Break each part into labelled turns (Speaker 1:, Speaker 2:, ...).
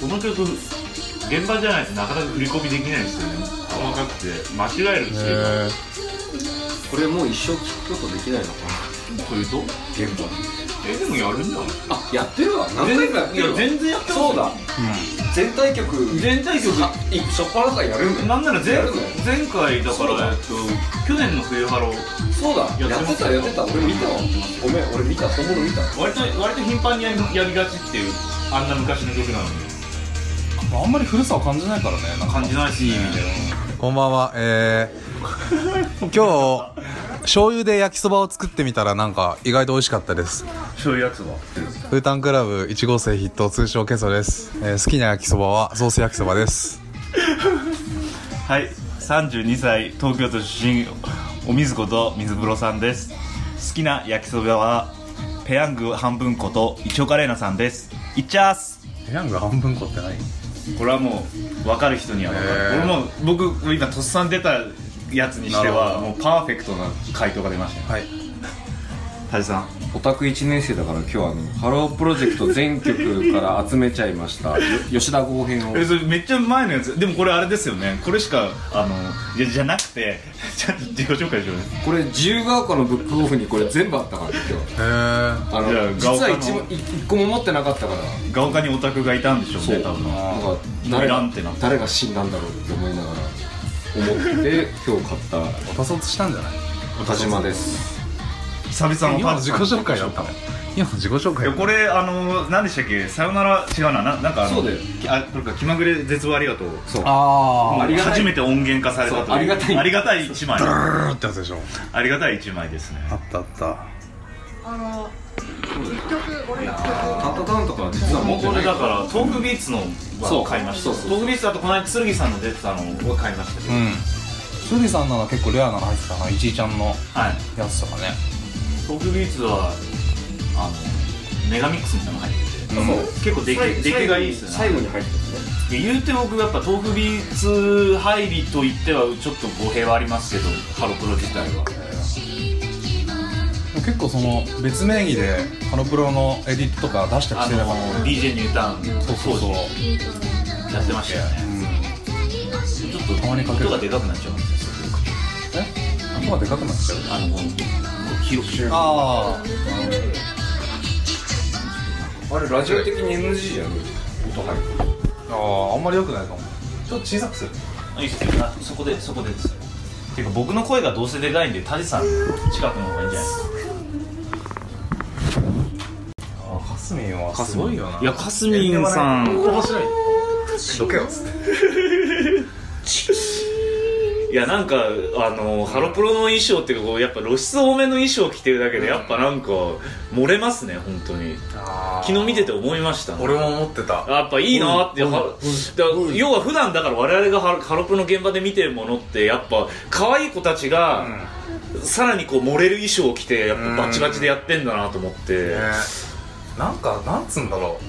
Speaker 1: この曲現場じゃないとなかなか振り込みできないですよね細かくて間違えるんですよ、
Speaker 2: え
Speaker 3: これもう一生聞くことできないのか
Speaker 1: というと
Speaker 3: な現場
Speaker 1: えでもやるんじゃない
Speaker 3: あやってるわ何回かやってるわ
Speaker 1: 全然やって
Speaker 3: そうだ全体曲
Speaker 1: 全体曲
Speaker 3: あい初っ端からやるんだよ
Speaker 1: なんなら前
Speaker 3: やるの
Speaker 1: 前回だか
Speaker 3: そう
Speaker 1: ら、
Speaker 3: だ
Speaker 1: えっと、去年の冬ハロ
Speaker 3: そうだ
Speaker 1: や
Speaker 3: や
Speaker 1: っ
Speaker 3: ってて
Speaker 1: ます
Speaker 3: たやってた俺見たわごめん俺見た本物見た
Speaker 1: 割と割と頻繁にやりやりがちっていうあんな昔の曲なのに
Speaker 4: あんまり古さを感じないからねなんか
Speaker 1: 感じないしみたいな
Speaker 2: こんばんはえー、今日醤油で焼きそばを作ってみたらなんか意外と美味しかったです
Speaker 1: そういうやつは
Speaker 2: フータンクラブ1号生筆頭通称ケソです、えー好きな焼きそばはソース焼きそばです
Speaker 1: はい32歳東京都出身お水子と水風呂さんです好きな焼きそばはペヤング半分ことイチョカレーナさんですいっちゃーす
Speaker 2: ペヤング半分こってない
Speaker 1: これはもう分かる人には分かる、
Speaker 2: へー
Speaker 1: これも僕今とっさん出たやつにして
Speaker 2: なる
Speaker 1: は
Speaker 2: ほ
Speaker 1: もうパーフェクトな回答が出ましたね
Speaker 2: はい
Speaker 1: タジさん
Speaker 3: オタク1年生だから今日はあのハロープロジェクト全曲から集めちゃいましたよ吉田剛編を
Speaker 1: えそれめっちゃ前のやつでもこれあれですよねこれしかあのいやじゃなくて ちゃんと自己紹介しようね
Speaker 3: これ自由が丘のブックオフにこれ全部あったから今日
Speaker 2: えー、
Speaker 3: あの
Speaker 1: じゃあ
Speaker 3: 実
Speaker 1: ガオカ
Speaker 3: は
Speaker 1: の
Speaker 3: 一も一一個も持ってなかったから
Speaker 1: ガオカにオタクがいたんでしょうね
Speaker 3: そ
Speaker 1: 多
Speaker 3: う
Speaker 1: 分
Speaker 3: なんか
Speaker 1: い
Speaker 3: 誰
Speaker 1: らん
Speaker 3: が
Speaker 1: ってなった
Speaker 3: 誰が死んだんだろうって思いながら思って今日買っ
Speaker 2: パソツしたんじゃない
Speaker 3: た田島です
Speaker 1: 久々の
Speaker 2: 今
Speaker 1: パ
Speaker 2: の
Speaker 1: ンツ
Speaker 2: 自己紹介だったの今の自己紹
Speaker 1: い
Speaker 2: 介
Speaker 1: やこれあの何でしたっけさよなら違うなななんかあの
Speaker 3: そうだよ
Speaker 1: きあこれか気まぐれ絶望ありがとう
Speaker 3: そう
Speaker 2: あ
Speaker 1: もう
Speaker 3: ありがたい
Speaker 1: 初めて音源化されたという
Speaker 3: そうありがたい
Speaker 1: ありがたい一枚
Speaker 2: あブーってやつでしょ
Speaker 1: ありがたい一枚ですね
Speaker 2: あったあった
Speaker 3: タッタタンとかは実は持って
Speaker 1: こ
Speaker 3: な
Speaker 1: れ
Speaker 3: い
Speaker 1: だからトークビーツの
Speaker 3: そう
Speaker 1: は買いました
Speaker 3: そうそう
Speaker 1: トークビーツだとこの間剣さんの出てたのを買いましたけど、
Speaker 2: うんスリさんなら結構レアなの入ってたな一井ちゃんの
Speaker 1: はい
Speaker 2: やつとかね
Speaker 1: トークビーツはあのメガミックスみたいなの入ってて、結
Speaker 2: うん
Speaker 1: 構出
Speaker 3: 最
Speaker 1: 来
Speaker 3: 後
Speaker 1: 出来がいいですよね
Speaker 3: 最後に入って
Speaker 1: で言うて僕やっぱ豆腐ビーツ入りと言ってはちょっと語弊はありますけどハロプロ自体は
Speaker 2: 結構その別名義でハロプロのエディットとか出してき
Speaker 1: あ
Speaker 2: てた
Speaker 1: の
Speaker 2: から
Speaker 1: DJ ニュータウン
Speaker 2: そうそうそう
Speaker 1: やってましたよねちょっ
Speaker 2: たまにか
Speaker 1: と
Speaker 2: ける
Speaker 1: 音がでかくなっちゃうんですよ
Speaker 2: え音がでかくなっちゃう
Speaker 1: あのこう広く
Speaker 2: あ
Speaker 3: たあれラジオ的に NG じゃん音入る
Speaker 2: あああんまり良くないかもちょっと小さくする
Speaker 1: いいっすねあそこでそこでですていうか僕の声がどうせでかいんでタジさん近くの方がいいんじゃないですか
Speaker 2: ああかすみんはすごいよない
Speaker 1: やかすみんさん
Speaker 2: 面白いどけよっつって
Speaker 1: いやなんかあのハロプロの衣装っていうかこうやっぱ露出多めの衣装着てるだけでやっぱなんか漏れますね本当に昨日見てて思いましたね
Speaker 2: 俺も思ってた
Speaker 1: やっぱいいなって、はだから要は普段だから我々がハロハロプロの現場で見てるものってやっぱ可愛い子たちが、さらにこう漏れる衣装を着てやっぱバチバチでやってんだなと思って、
Speaker 2: ねなんかなんつうんだろ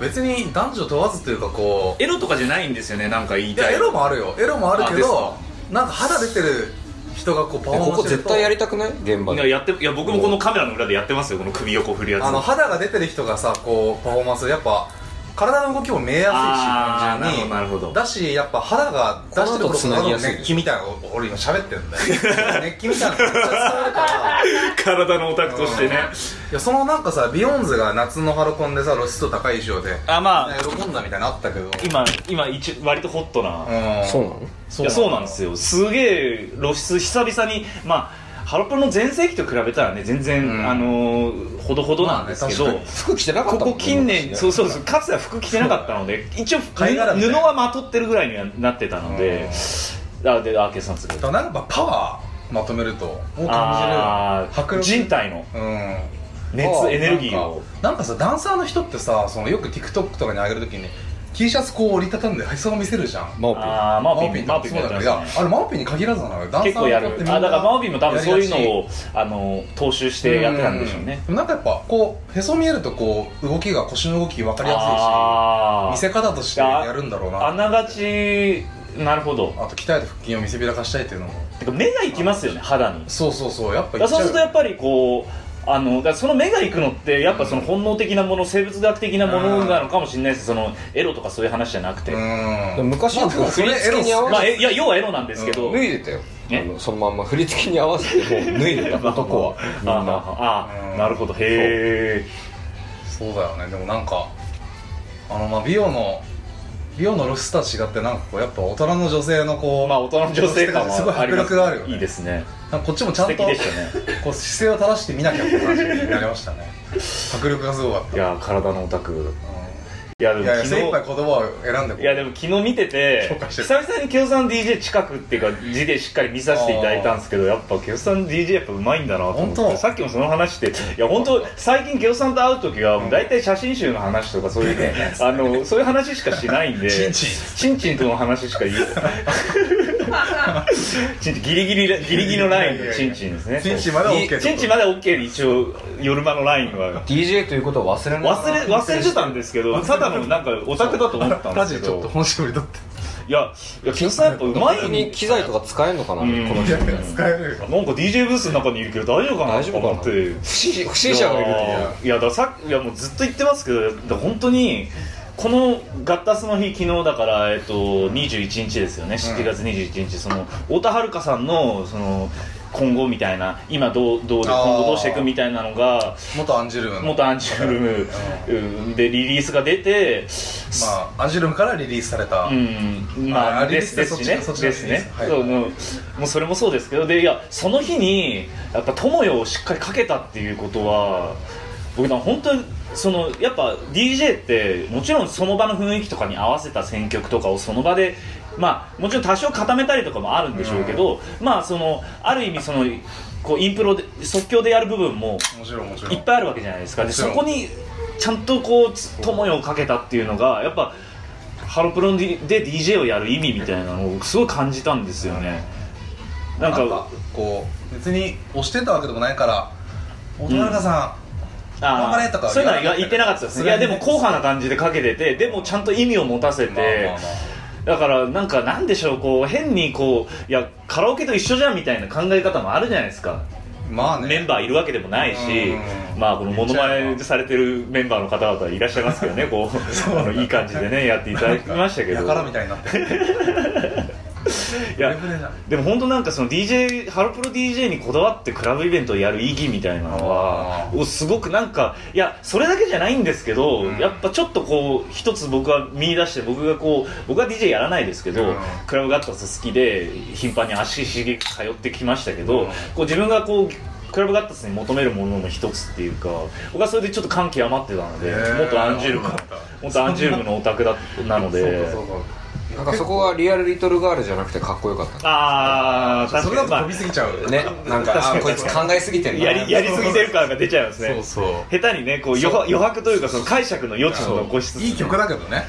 Speaker 2: う別に男女問わずというかこう
Speaker 1: エロとかじゃないんですよねなんか言い
Speaker 2: いや
Speaker 1: たい
Speaker 2: エロもあるよエロもあるけど
Speaker 1: あ
Speaker 2: なんか肌出てる人がこうパフォー
Speaker 3: こ
Speaker 2: マンス
Speaker 3: こ
Speaker 2: してる
Speaker 3: 絶
Speaker 2: と
Speaker 3: 対やりたくない現場
Speaker 1: いや
Speaker 3: で
Speaker 1: やっていや僕もこのカメラの裏でやってますよこの首横振るやつ
Speaker 2: あの肌が出てる人がさこうパフォーマンスやっぱ体の動きも見えやすいし
Speaker 1: あー
Speaker 2: 単純に
Speaker 1: なるほどなるほど
Speaker 2: だしやっぱ肌が出してる
Speaker 3: この
Speaker 2: とこ
Speaker 3: 後繋ぎ
Speaker 2: ろ
Speaker 3: や
Speaker 2: の
Speaker 3: すい
Speaker 2: 熱気みたいなの俺今喋ってるんだ よ熱気みたいなのめっちゃ伝わるから
Speaker 1: 体のオタクとしてね、
Speaker 2: いやそのなんかさビヨンズが夏のハロコンでさ露出度高い衣装で
Speaker 1: あまあ
Speaker 2: 喜んだみたいなのあったけど
Speaker 1: 今今一割とホットな、
Speaker 2: うん
Speaker 3: そうなの
Speaker 1: いやそうなんですよすげえ露出久々にまあハロプロの全盛期と比べたらね全然、
Speaker 2: うん
Speaker 1: あのーほどほどなんですけど、
Speaker 2: まあね確
Speaker 3: 服着てなか
Speaker 1: こ
Speaker 3: ったもん
Speaker 1: こ近年そうそうそううかつては服着てなかったの で一応布
Speaker 2: 貝殻みたいな
Speaker 1: はまとってるぐらいにはなってたので、あでアーケーさんすごい
Speaker 2: だからなんかやっぱパワーまとめるとを感
Speaker 1: あ
Speaker 2: じる
Speaker 1: ー
Speaker 2: 迫力
Speaker 1: 人体の
Speaker 2: うん
Speaker 1: 熱
Speaker 3: あー
Speaker 1: エネルギーを
Speaker 2: なんかなんかさダンサーの人ってさそのよく TikTok とかに上げるときに T シャツこう折りたたんでへそを見せるじゃん
Speaker 3: マオピー
Speaker 1: ああーマオピ
Speaker 2: ピ
Speaker 1: ン
Speaker 2: ン
Speaker 1: マ
Speaker 2: と
Speaker 1: オ
Speaker 2: か
Speaker 1: ピン
Speaker 2: そ
Speaker 1: も
Speaker 2: う
Speaker 1: やって
Speaker 2: だけ
Speaker 1: ま
Speaker 2: どい
Speaker 1: すね
Speaker 2: やあれマオピンに限らずなのよダンサー
Speaker 1: 結構やる
Speaker 2: の人ってみんな
Speaker 1: あだからマオピンも多分そういう
Speaker 2: やりが
Speaker 1: の
Speaker 2: ち
Speaker 1: をあの踏襲してやってたんでしょうね
Speaker 2: んなんかやっぱこうへそ見えるとこう動きが腰の動き分かりや
Speaker 1: あー
Speaker 2: すいし見せ方としてやるんだろうな
Speaker 1: あながちなるほど
Speaker 2: あと鍛えた腹筋を見せびらかしたいっていうのも
Speaker 1: てか目がいきますよね肌に
Speaker 2: そうそうそうやっ
Speaker 1: だ
Speaker 2: ぱ
Speaker 1: からそうするとやっぱりこうあのだからその目が行くのってやっぱその本能的なもの生物学的なものなのかもしれないですそのエロとかそういう話じゃなくて、
Speaker 2: うん
Speaker 3: 昔の振り付けに合わ
Speaker 1: まあ、
Speaker 3: せ
Speaker 1: えいや要はエロなんですけ
Speaker 3: て
Speaker 1: ど、
Speaker 3: 脱いでたよ
Speaker 1: え
Speaker 3: あのそのまんま振り付けに合わせてもう脱い でた男はみん
Speaker 1: あ
Speaker 3: な
Speaker 1: ああなるほどへえ
Speaker 2: そうだよねでもなんかあのまあ美容の美容のロスとは違ってなんかこうやっぱ大人の女性のこう、
Speaker 1: まあ大人の女性感
Speaker 2: すごい
Speaker 1: はあり
Speaker 2: 迫
Speaker 1: ます
Speaker 2: 力があるよね
Speaker 1: いいですね
Speaker 2: なんかこっちもちゃ
Speaker 1: 素
Speaker 2: んと
Speaker 1: 敵でしたね
Speaker 2: こう姿勢を正して見なきゃって感じになりましたね迫力がすごかっ
Speaker 1: い
Speaker 2: た
Speaker 1: やー体のオタクいやで
Speaker 2: うんい
Speaker 1: も
Speaker 2: やいや
Speaker 1: 昨日
Speaker 2: 精一杯言葉を選んでこう
Speaker 1: いやでも昨日見てて
Speaker 2: 紹介してる
Speaker 1: 久々に清さん DJ 近くっていうか字でしっかり見させていただいたんですけどやっぱ清さん DJ やっぱうまいんだなと思っ
Speaker 2: 本
Speaker 1: て
Speaker 2: 当
Speaker 1: さっきもその話でいや本当最近清さんと会う時はもう大体写真集の話とかそういうね あのそういう話しかしないんで
Speaker 2: チンチン
Speaker 1: チンチンとの話しか言 うチンチンギリギリギリギリのラインのチンチンですね
Speaker 2: チンチンまでは OK
Speaker 1: チンチンまで OK で一応夜間のラインは
Speaker 3: DJ ということを忘れない
Speaker 1: 忘れ忘れてたんですけどただのなんかオタクだと思ったん
Speaker 2: ラ
Speaker 1: で
Speaker 2: ジ
Speaker 1: す
Speaker 2: オ
Speaker 1: け
Speaker 2: ちょっと
Speaker 1: ど
Speaker 2: 本絞り 取って
Speaker 1: いやいや清さんやっぱうまい
Speaker 3: 本当
Speaker 1: ね
Speaker 3: に機材とか使えるのかなこ
Speaker 1: ん
Speaker 3: の人みたいな
Speaker 2: 使えるよ
Speaker 1: なんか DJ ブースの中にいるけど大丈夫かな
Speaker 3: 大丈夫か
Speaker 1: と思
Speaker 3: な
Speaker 1: っ
Speaker 3: 不
Speaker 1: て
Speaker 3: 審不審者がいる
Speaker 1: いやいやだからさいやもうずっと言ってますけどだから本当にこのガッタスの日昨日だから、えっと、21日ですよね7月21日、その太田遥さんのその今後みたいな今どうどうで
Speaker 2: あー
Speaker 1: 今後どうしていくみたいなのが
Speaker 2: 元アンジュルムの
Speaker 1: 元アンジュルムうんでリリースが出て
Speaker 2: まあアンジュルムからリリースされた、
Speaker 1: うんまあ
Speaker 2: あリリ
Speaker 1: で
Speaker 2: ー
Speaker 1: す
Speaker 2: ス
Speaker 1: で
Speaker 2: ですそっ
Speaker 1: し
Speaker 2: ち
Speaker 1: ね
Speaker 2: そっち
Speaker 1: です
Speaker 2: リリー
Speaker 1: ね
Speaker 2: スはい
Speaker 1: そうもうもうそれもそうですけどでいやその日にやっぱ友よをしっかりかけたっていうことは僕なんか本当にそのやっぱ DJ ってもちろんその場の雰囲気とかに合わせた選曲とかをその場でまあもちろん多少固めたりとかもあるんでしょうけど、まあそのある意味そのこうインプロで即興でやる部分も
Speaker 2: もちろんもちろん
Speaker 1: いっぱいあるわけじゃないですかで
Speaker 2: もち
Speaker 1: そ
Speaker 2: ろん
Speaker 1: こにちゃんとこうつ友よをかけたっていうのがやっぱハロプロで DJ をやる意味みたいなのをすごい感じたんですよねなん
Speaker 2: な
Speaker 1: か
Speaker 2: んかこう別に押してたわけでもないから大人中さ頑張れとか
Speaker 1: そういうのは
Speaker 2: 言わなかった
Speaker 1: 言ってなかったですねい
Speaker 2: それ
Speaker 1: や
Speaker 2: はね
Speaker 1: でも硬派な感じでかけててでもちゃんと意味を持たせて、
Speaker 2: ん、まあまあま
Speaker 1: だからなんかなんでしょうこう変にこういやカラオケと一緒じゃんみたいな考え方もあるじゃないですか
Speaker 2: あまあね
Speaker 1: メンバーいるわけでもないし
Speaker 2: う、ん
Speaker 1: まあ、このモノマネされてるメンバーの方々いらっしゃいますけどね、こ う、あのいい感じでね、やっていただきましたけど。
Speaker 2: やからみたいになってる
Speaker 1: いや
Speaker 2: ブレブレじゃん
Speaker 1: でも本当なんかその DJ ハロプロ DJ にこだわってクラブイベントをやる意義みたいなのは
Speaker 2: あ
Speaker 1: おすごくなんかいやそれだけじゃないんですけど、
Speaker 2: ん
Speaker 1: やっぱちょっとこう一つ僕は見出して僕がこう僕は DJ やらないですけど、
Speaker 2: うん
Speaker 1: クラブガッタス好きで頻繁に足しげく通ってきましたけど、
Speaker 2: うん
Speaker 1: こう自分がこうクラブガッタスに求めるものの一つっていうか僕はそれでちょっと感極まってたので
Speaker 2: へー
Speaker 1: 元アンジュルム
Speaker 2: そうなんだ
Speaker 1: 元アンジュルムのオタクだなの
Speaker 2: そう
Speaker 1: で
Speaker 2: かそうか
Speaker 3: なんかそこがリアルリトルガールじゃなくてかっこよかった
Speaker 1: ああ
Speaker 2: それだと飛びすぎちゃうよ
Speaker 3: ねなんかあこいつ考えすぎてるな
Speaker 1: やりやりすぎてる感が出ちゃいますね
Speaker 2: そうそ
Speaker 1: 下手にねこう余白余白というかその解釈の余地を残しつつ
Speaker 2: ういい曲だけどね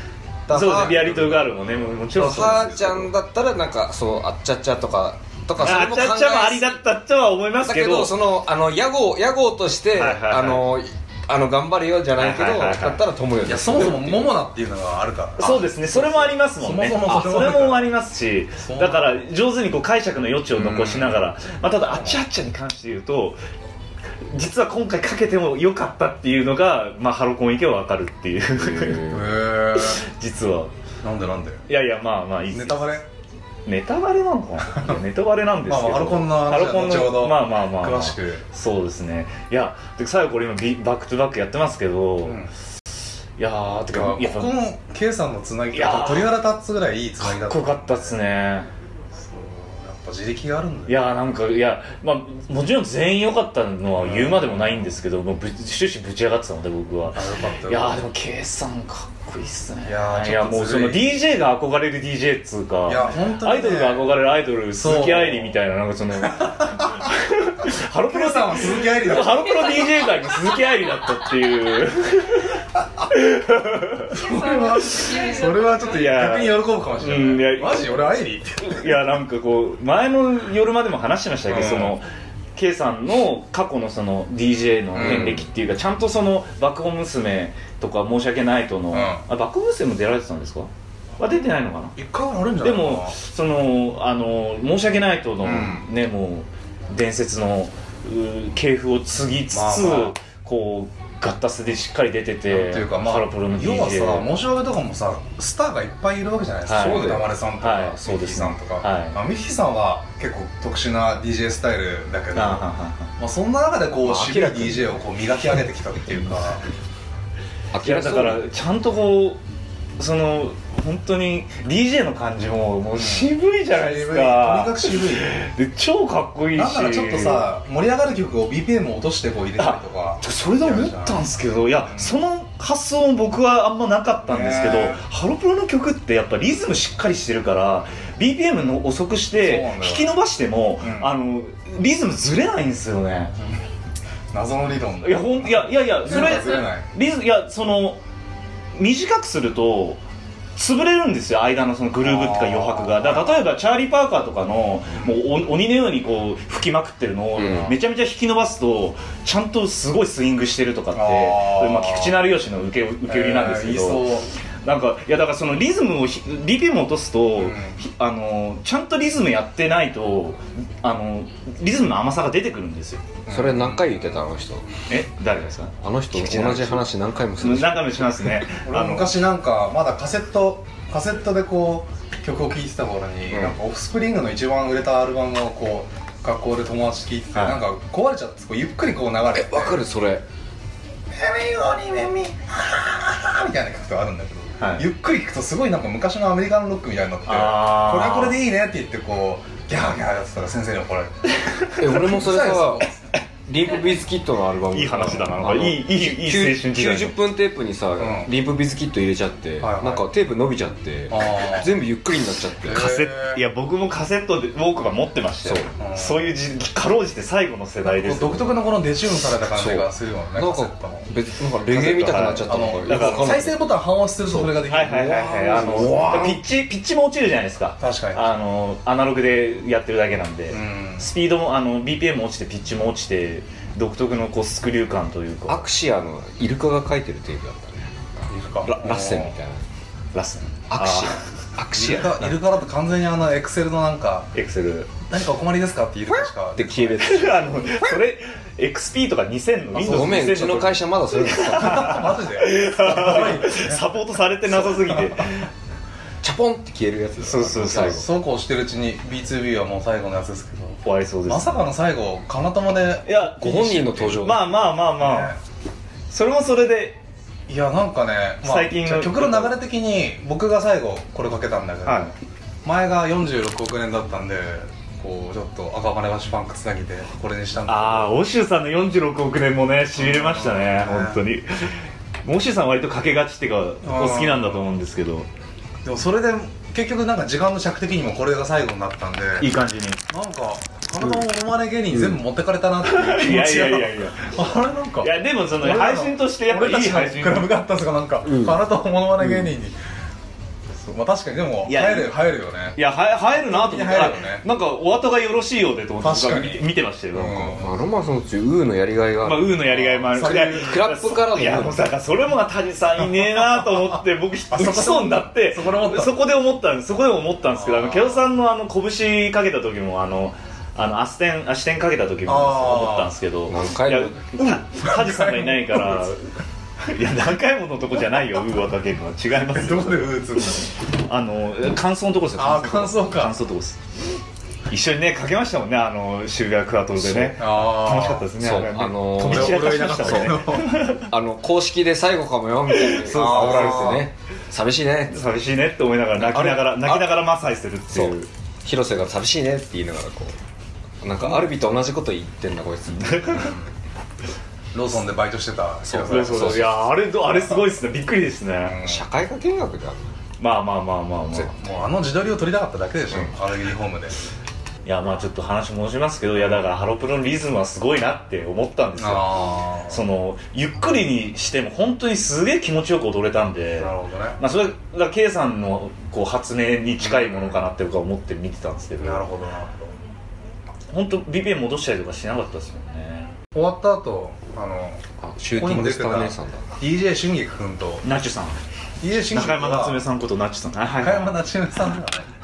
Speaker 3: だ
Speaker 1: そう
Speaker 3: は
Speaker 1: ねリアリトルガールもねもうもちろんそう
Speaker 3: はーちゃんだったらなんかそうあっちゃっちゃとかとかそ
Speaker 1: あ
Speaker 3: れ
Speaker 1: っ
Speaker 3: も
Speaker 1: ち
Speaker 3: 考え
Speaker 1: ゃっちゃもありだったとは思います
Speaker 3: だ
Speaker 1: け
Speaker 3: け
Speaker 1: ど
Speaker 3: どそのあの屋号屋号として、
Speaker 1: はいはいはい
Speaker 3: あのあの頑張れよじゃないけど、
Speaker 1: はいはいはい
Speaker 3: だったら友よ
Speaker 2: いやそもそもモモナっていうのがあるから
Speaker 1: そうですねそれもありますもんね
Speaker 2: そもそも
Speaker 1: あ
Speaker 2: そ
Speaker 1: そ
Speaker 2: も
Speaker 1: れもありますし
Speaker 2: そう
Speaker 1: だから上手にこう解釈の余地を残しながら、まあ、ただあっちゃあっちゃに関して言うと実は今回かけても良かったっていうのが、まあ、ハロコン行けばわかるっていう
Speaker 2: へえ
Speaker 1: 実は
Speaker 2: なんでなんで
Speaker 1: いやいやまあまあいいです
Speaker 2: ネタバレ
Speaker 1: ネタバレなの かないやネタバレなんですけど
Speaker 2: まあまあハロコンの話は
Speaker 1: ハロコンの
Speaker 2: 後ほど
Speaker 1: まあまあまあ、まあ、
Speaker 2: 詳しく
Speaker 1: そうですねいやで最後これ今ビバックトゥバックやってますけど、
Speaker 2: ん
Speaker 1: いやーてか
Speaker 2: こ
Speaker 1: やっぱ
Speaker 2: この K さんのつなぎ
Speaker 1: いやー
Speaker 2: 方鳥肌立つぐらいいいつなぎだ
Speaker 1: かっ
Speaker 2: った
Speaker 1: こよかったっすね
Speaker 2: やっぱ自力があるん
Speaker 1: い
Speaker 2: だよ
Speaker 1: やーなんかいや、まあ、もちろん全員良かったのは言うまでもないんですけど、もうぶ終始ぶち上がってたので僕は
Speaker 2: あよかったよ
Speaker 1: いやーでも計算かっこいいっすね
Speaker 2: いやー
Speaker 1: いやもう
Speaker 2: ち
Speaker 1: そ
Speaker 2: ょっ
Speaker 1: の
Speaker 2: とずる
Speaker 1: DJ が憧れる DJ っつうか
Speaker 2: いや本当にね
Speaker 1: アイドルが憧れるアイドル
Speaker 2: そう
Speaker 1: 鈴木愛理みたいななんかそ のハロプ
Speaker 2: K
Speaker 1: ロ
Speaker 2: さんは鈴木愛理だ
Speaker 1: ハロプロ DJ 界の鈴木愛理だったっていう
Speaker 2: それはちょっと
Speaker 1: いや
Speaker 2: 逆に喜ぶかもしれ
Speaker 1: うんい
Speaker 2: な
Speaker 1: や
Speaker 2: いマジ俺愛理って
Speaker 1: いやなんかこう前の夜までも話してましたけど、
Speaker 2: うん
Speaker 1: その K さんの過去のその DJ の遍歴っていうか、ちゃんとその爆音娘とか申し訳ないとの、
Speaker 2: うん
Speaker 1: あ爆音娘も出られてたんですかは出てないのかな
Speaker 2: 一回はあるんじゃな
Speaker 1: で
Speaker 2: いかな
Speaker 1: もそのあの申し訳ないとの、
Speaker 2: ん
Speaker 1: ねもう伝説のう系譜を継ぎつつ、
Speaker 2: まあまあ
Speaker 1: こうガッタスでしっかり出て
Speaker 2: て
Speaker 1: て
Speaker 2: いうかまあ
Speaker 1: ハロプロの DJ
Speaker 2: 要はさモシュワベとかもさスターがいっぱいいるわけじゃないですか、
Speaker 1: はい
Speaker 2: そうだよ歌丸さんとか、
Speaker 1: はいそう
Speaker 2: ミッキ
Speaker 1: で
Speaker 2: ー
Speaker 1: す
Speaker 2: さんとか、
Speaker 1: はい
Speaker 2: まあ、ミッキーさんは結構特殊な DJ スタイルだけど
Speaker 1: あはんはんはん
Speaker 2: まあ、そんな中でこう
Speaker 1: まあ
Speaker 2: 渋い
Speaker 1: 明らかに
Speaker 2: DJ をこう磨き上げてきたっ ていうか
Speaker 1: いやだからちゃんとこうその本当に DJ の感じももう渋いじゃないです
Speaker 2: 渋いとに
Speaker 1: か、
Speaker 2: かく渋いよ
Speaker 1: で超かっこいいし
Speaker 2: だからちょっとさ盛り上がる曲を BPM を落としてこう入れたりとか
Speaker 1: それで思ったんですけどいやその発想も僕はあんまなかったんですけど、
Speaker 2: ねえ
Speaker 1: ハロプロの曲ってやっぱリズムしっかりしてるから BPM の遅くし
Speaker 2: そう
Speaker 1: て
Speaker 2: なんだよ
Speaker 1: 引き伸ばしても、
Speaker 2: うん
Speaker 1: あのリズムずれないんですよね、
Speaker 2: 謎の理論
Speaker 1: いやほんいやいやいやそれ
Speaker 2: なんかずれない
Speaker 1: リズいやその短くすると潰れるんですよ間のそのグルーブっていうか余白がだから例えばチャーリー・パーカーとかのもうお鬼のようにこう吹きまくってるのを
Speaker 3: うん
Speaker 1: めちゃめちゃ引き伸ばすとちゃんとすごいスイングしてるとかって
Speaker 2: あー
Speaker 1: これまあ菊池成吉の受け受け売りなんですけど、
Speaker 2: えー言い
Speaker 1: なんかいやだからそのリズムをひ BPM を落とすと、
Speaker 2: ん
Speaker 1: ひあのちゃんとリズムやってないとあのリズムの甘さが出てくるんですよ
Speaker 3: それ何回言ってたあの人
Speaker 1: え誰ですか
Speaker 3: あの人
Speaker 1: 菊池なん
Speaker 3: 同
Speaker 1: でし
Speaker 3: じ
Speaker 1: ょ
Speaker 3: 話何回もするでしょ
Speaker 1: 中身しますね
Speaker 2: そう俺も昔なんかまだカセットカセットでこう曲を聴いてた頃に、
Speaker 3: うん
Speaker 2: なんかオフスプリングの一番売れたアルバムをこう学校で友達と聴いてて、
Speaker 1: はい
Speaker 2: なんか壊れちゃってこうゆっくりこう流れて
Speaker 3: わかるそれ
Speaker 2: あーみたいな曲があるんだけど、
Speaker 1: はい
Speaker 2: ゆっくり聴くとすごいなんか昔のアメリカンロックみたいになってこれ
Speaker 1: あー
Speaker 2: はこれでいいねって言ってこうギャーギャーやってたら先生に怒られる
Speaker 3: え俺もそれさ
Speaker 2: うるさい
Speaker 3: リープビズキットのアルバム
Speaker 1: いい話だななんか
Speaker 3: あの
Speaker 1: いいいいいい青春時代の
Speaker 3: 90分テープにさ、
Speaker 2: ん
Speaker 3: リープビズキット入れちゃって、
Speaker 2: はいはい
Speaker 3: なんかテープ伸びちゃって
Speaker 2: あー
Speaker 3: 全部ゆっくりになっちゃって
Speaker 1: カセッ
Speaker 2: へー
Speaker 1: いや僕もカセットでウォークマン持ってましたよそういう時期かろうじて最後の世代です
Speaker 2: 独特のこのデチューンされた感じがするよね
Speaker 3: なん
Speaker 2: カセット
Speaker 3: か
Speaker 2: も
Speaker 3: 別なんかレゲエみたくなっちゃったの
Speaker 2: だ
Speaker 1: だ
Speaker 2: か
Speaker 1: からら
Speaker 2: 再生ボタン半押しするとそれができる
Speaker 1: はいはいはいはいあ
Speaker 3: うわ
Speaker 1: の
Speaker 3: ー
Speaker 1: ピッチピッチも落ちるじゃないですか
Speaker 2: 確かに
Speaker 1: あのアナログでやってるだけなんで
Speaker 2: うん
Speaker 1: スピードもあの BPM も落ちてピッチも落ちて独特のこうスクリュー感という
Speaker 3: ア
Speaker 1: か
Speaker 3: クシアのイルカが描いてるテープだったね
Speaker 2: いるか
Speaker 3: ララッセンみたいな
Speaker 1: ラス
Speaker 3: アクシアアクシア
Speaker 2: いるかいるからって完全にあのエクセルのなんか
Speaker 1: エクセル
Speaker 2: 何かお困りですかって言うとしか
Speaker 3: で消えるや
Speaker 1: あのそれ XP とか2000の
Speaker 3: つごめんうちの会社まだそれ使ってる
Speaker 2: マジで
Speaker 1: サポートされてなさすぎて
Speaker 3: チャポンって消えるやつ
Speaker 1: そうそうそう
Speaker 3: 最後
Speaker 2: そうこうしてるうちに B2B はもう最後のやつですけど
Speaker 1: 終わりそうです
Speaker 2: まさかの最後かなともで
Speaker 1: いや
Speaker 3: ご本人の登場
Speaker 1: まあまあまあまあ、それもそれで
Speaker 2: いやなんかね、まあ、
Speaker 1: 最近の
Speaker 2: じゃあ曲の流れ的に僕が最後これかけたんだけど、
Speaker 1: は
Speaker 2: 前が46億年だったんでこうちょっと赤羽橋パンクつなぎでこれにしたんだ
Speaker 1: ああオシュさんの46億年もねしびれましたね
Speaker 2: うん
Speaker 1: 本当にオシュさんは割とかけがちっていうかお好きなんだと思うんですけど
Speaker 2: でもそれで結局なんか時間の尺的にもこれが最後になったんで
Speaker 1: いい感じに
Speaker 2: なんかカナダのモノマネ芸人全部持ってかれたなっていう
Speaker 1: い
Speaker 2: 気持
Speaker 1: やい
Speaker 2: ちが
Speaker 1: やいやいや
Speaker 2: あれなんか
Speaker 1: いやでもその
Speaker 2: 俺らの
Speaker 1: 配信としてやっぱいい配信
Speaker 2: 俺たちのクラブがあったんですかなんか、
Speaker 3: ん
Speaker 2: あなたのモノマネ芸人に、そうまあ確かにでも
Speaker 1: い
Speaker 2: 入
Speaker 1: や
Speaker 2: る入るよね
Speaker 1: いやは入るなと思ったら、
Speaker 2: 入るよね
Speaker 1: なんかお後がよろしいようでと思って
Speaker 2: 確か
Speaker 1: 僕
Speaker 2: に
Speaker 1: は見て見てましたよ、なんか
Speaker 3: まあロマンスのうちウーのやりがいがあ
Speaker 1: まあ、ウ
Speaker 3: る
Speaker 1: ーのやりがいもある
Speaker 2: そう
Speaker 1: いや
Speaker 3: クラップからの
Speaker 1: いやもうさそれも谷さんいねえなと思って僕
Speaker 2: あそこで
Speaker 1: 浮きそうになって
Speaker 2: そこで思った
Speaker 1: そこで思ったんですそこで思ったんですけどあのケオさんのあの拳かけた時もあのあのアステンアシテンかけた時も
Speaker 2: あー
Speaker 1: 思ったんですけど
Speaker 3: 何回も
Speaker 1: いや谷さんがいないからいや何回ものとこじゃないよウーはかけるのは違います
Speaker 2: ど
Speaker 1: よ
Speaker 2: こで打つんだ
Speaker 1: あの感想のとこですよ
Speaker 2: あー
Speaker 1: の
Speaker 2: 感想
Speaker 1: とこ
Speaker 2: か
Speaker 1: 感想のとこです一緒にねかけましたもんねあの渋谷クワトロでね
Speaker 2: あー
Speaker 1: 楽しかったですね
Speaker 3: そう
Speaker 1: れね
Speaker 3: あのー
Speaker 1: 飛び散らかしましたもんね
Speaker 3: あの公式で最後かもよみたいに
Speaker 1: う
Speaker 3: 煽られてね寂しいね
Speaker 1: 寂しいねって思いながら泣きなが
Speaker 2: あ
Speaker 1: ら
Speaker 2: れ
Speaker 1: 泣きながらマッサージするって
Speaker 3: そ
Speaker 1: いうう
Speaker 3: 広瀬が寂しいねって言いながらこうなんかアルビと同じこと言ってんだこいつ
Speaker 2: ローソンでバイトしてた
Speaker 3: そう
Speaker 1: そうそう
Speaker 3: そう
Speaker 1: いやあれどあれすごいですねびっくりですね、
Speaker 3: 社会科見学だ
Speaker 1: まあまあまあまあまあ
Speaker 3: そう
Speaker 2: もうあの自撮りを撮りたかっただけでしょ、あのユニフォームで
Speaker 1: いやまあちょっと話戻しますけどいやだからハロプロのリズムはすごいなって思ったんですよ
Speaker 2: あ
Speaker 1: そのゆっくりにしても本当にすげえ気持ちよく踊れたんで
Speaker 2: あなるほどね
Speaker 1: まあそれが K さんのこう発明に近いものかなって僕は思って見てたんですけど
Speaker 2: なるほどなるほど
Speaker 1: 本当 BPM 戻したりとかしなかったですもんね
Speaker 2: 終わった後あの
Speaker 3: あシューティングスター姉さんだ
Speaker 2: DJ 春菊君と
Speaker 1: ナチュさん
Speaker 2: DJ 春菊
Speaker 1: 中山夏目
Speaker 2: さ
Speaker 1: さんことナチュさんはいはい
Speaker 2: 中山夏目さんだね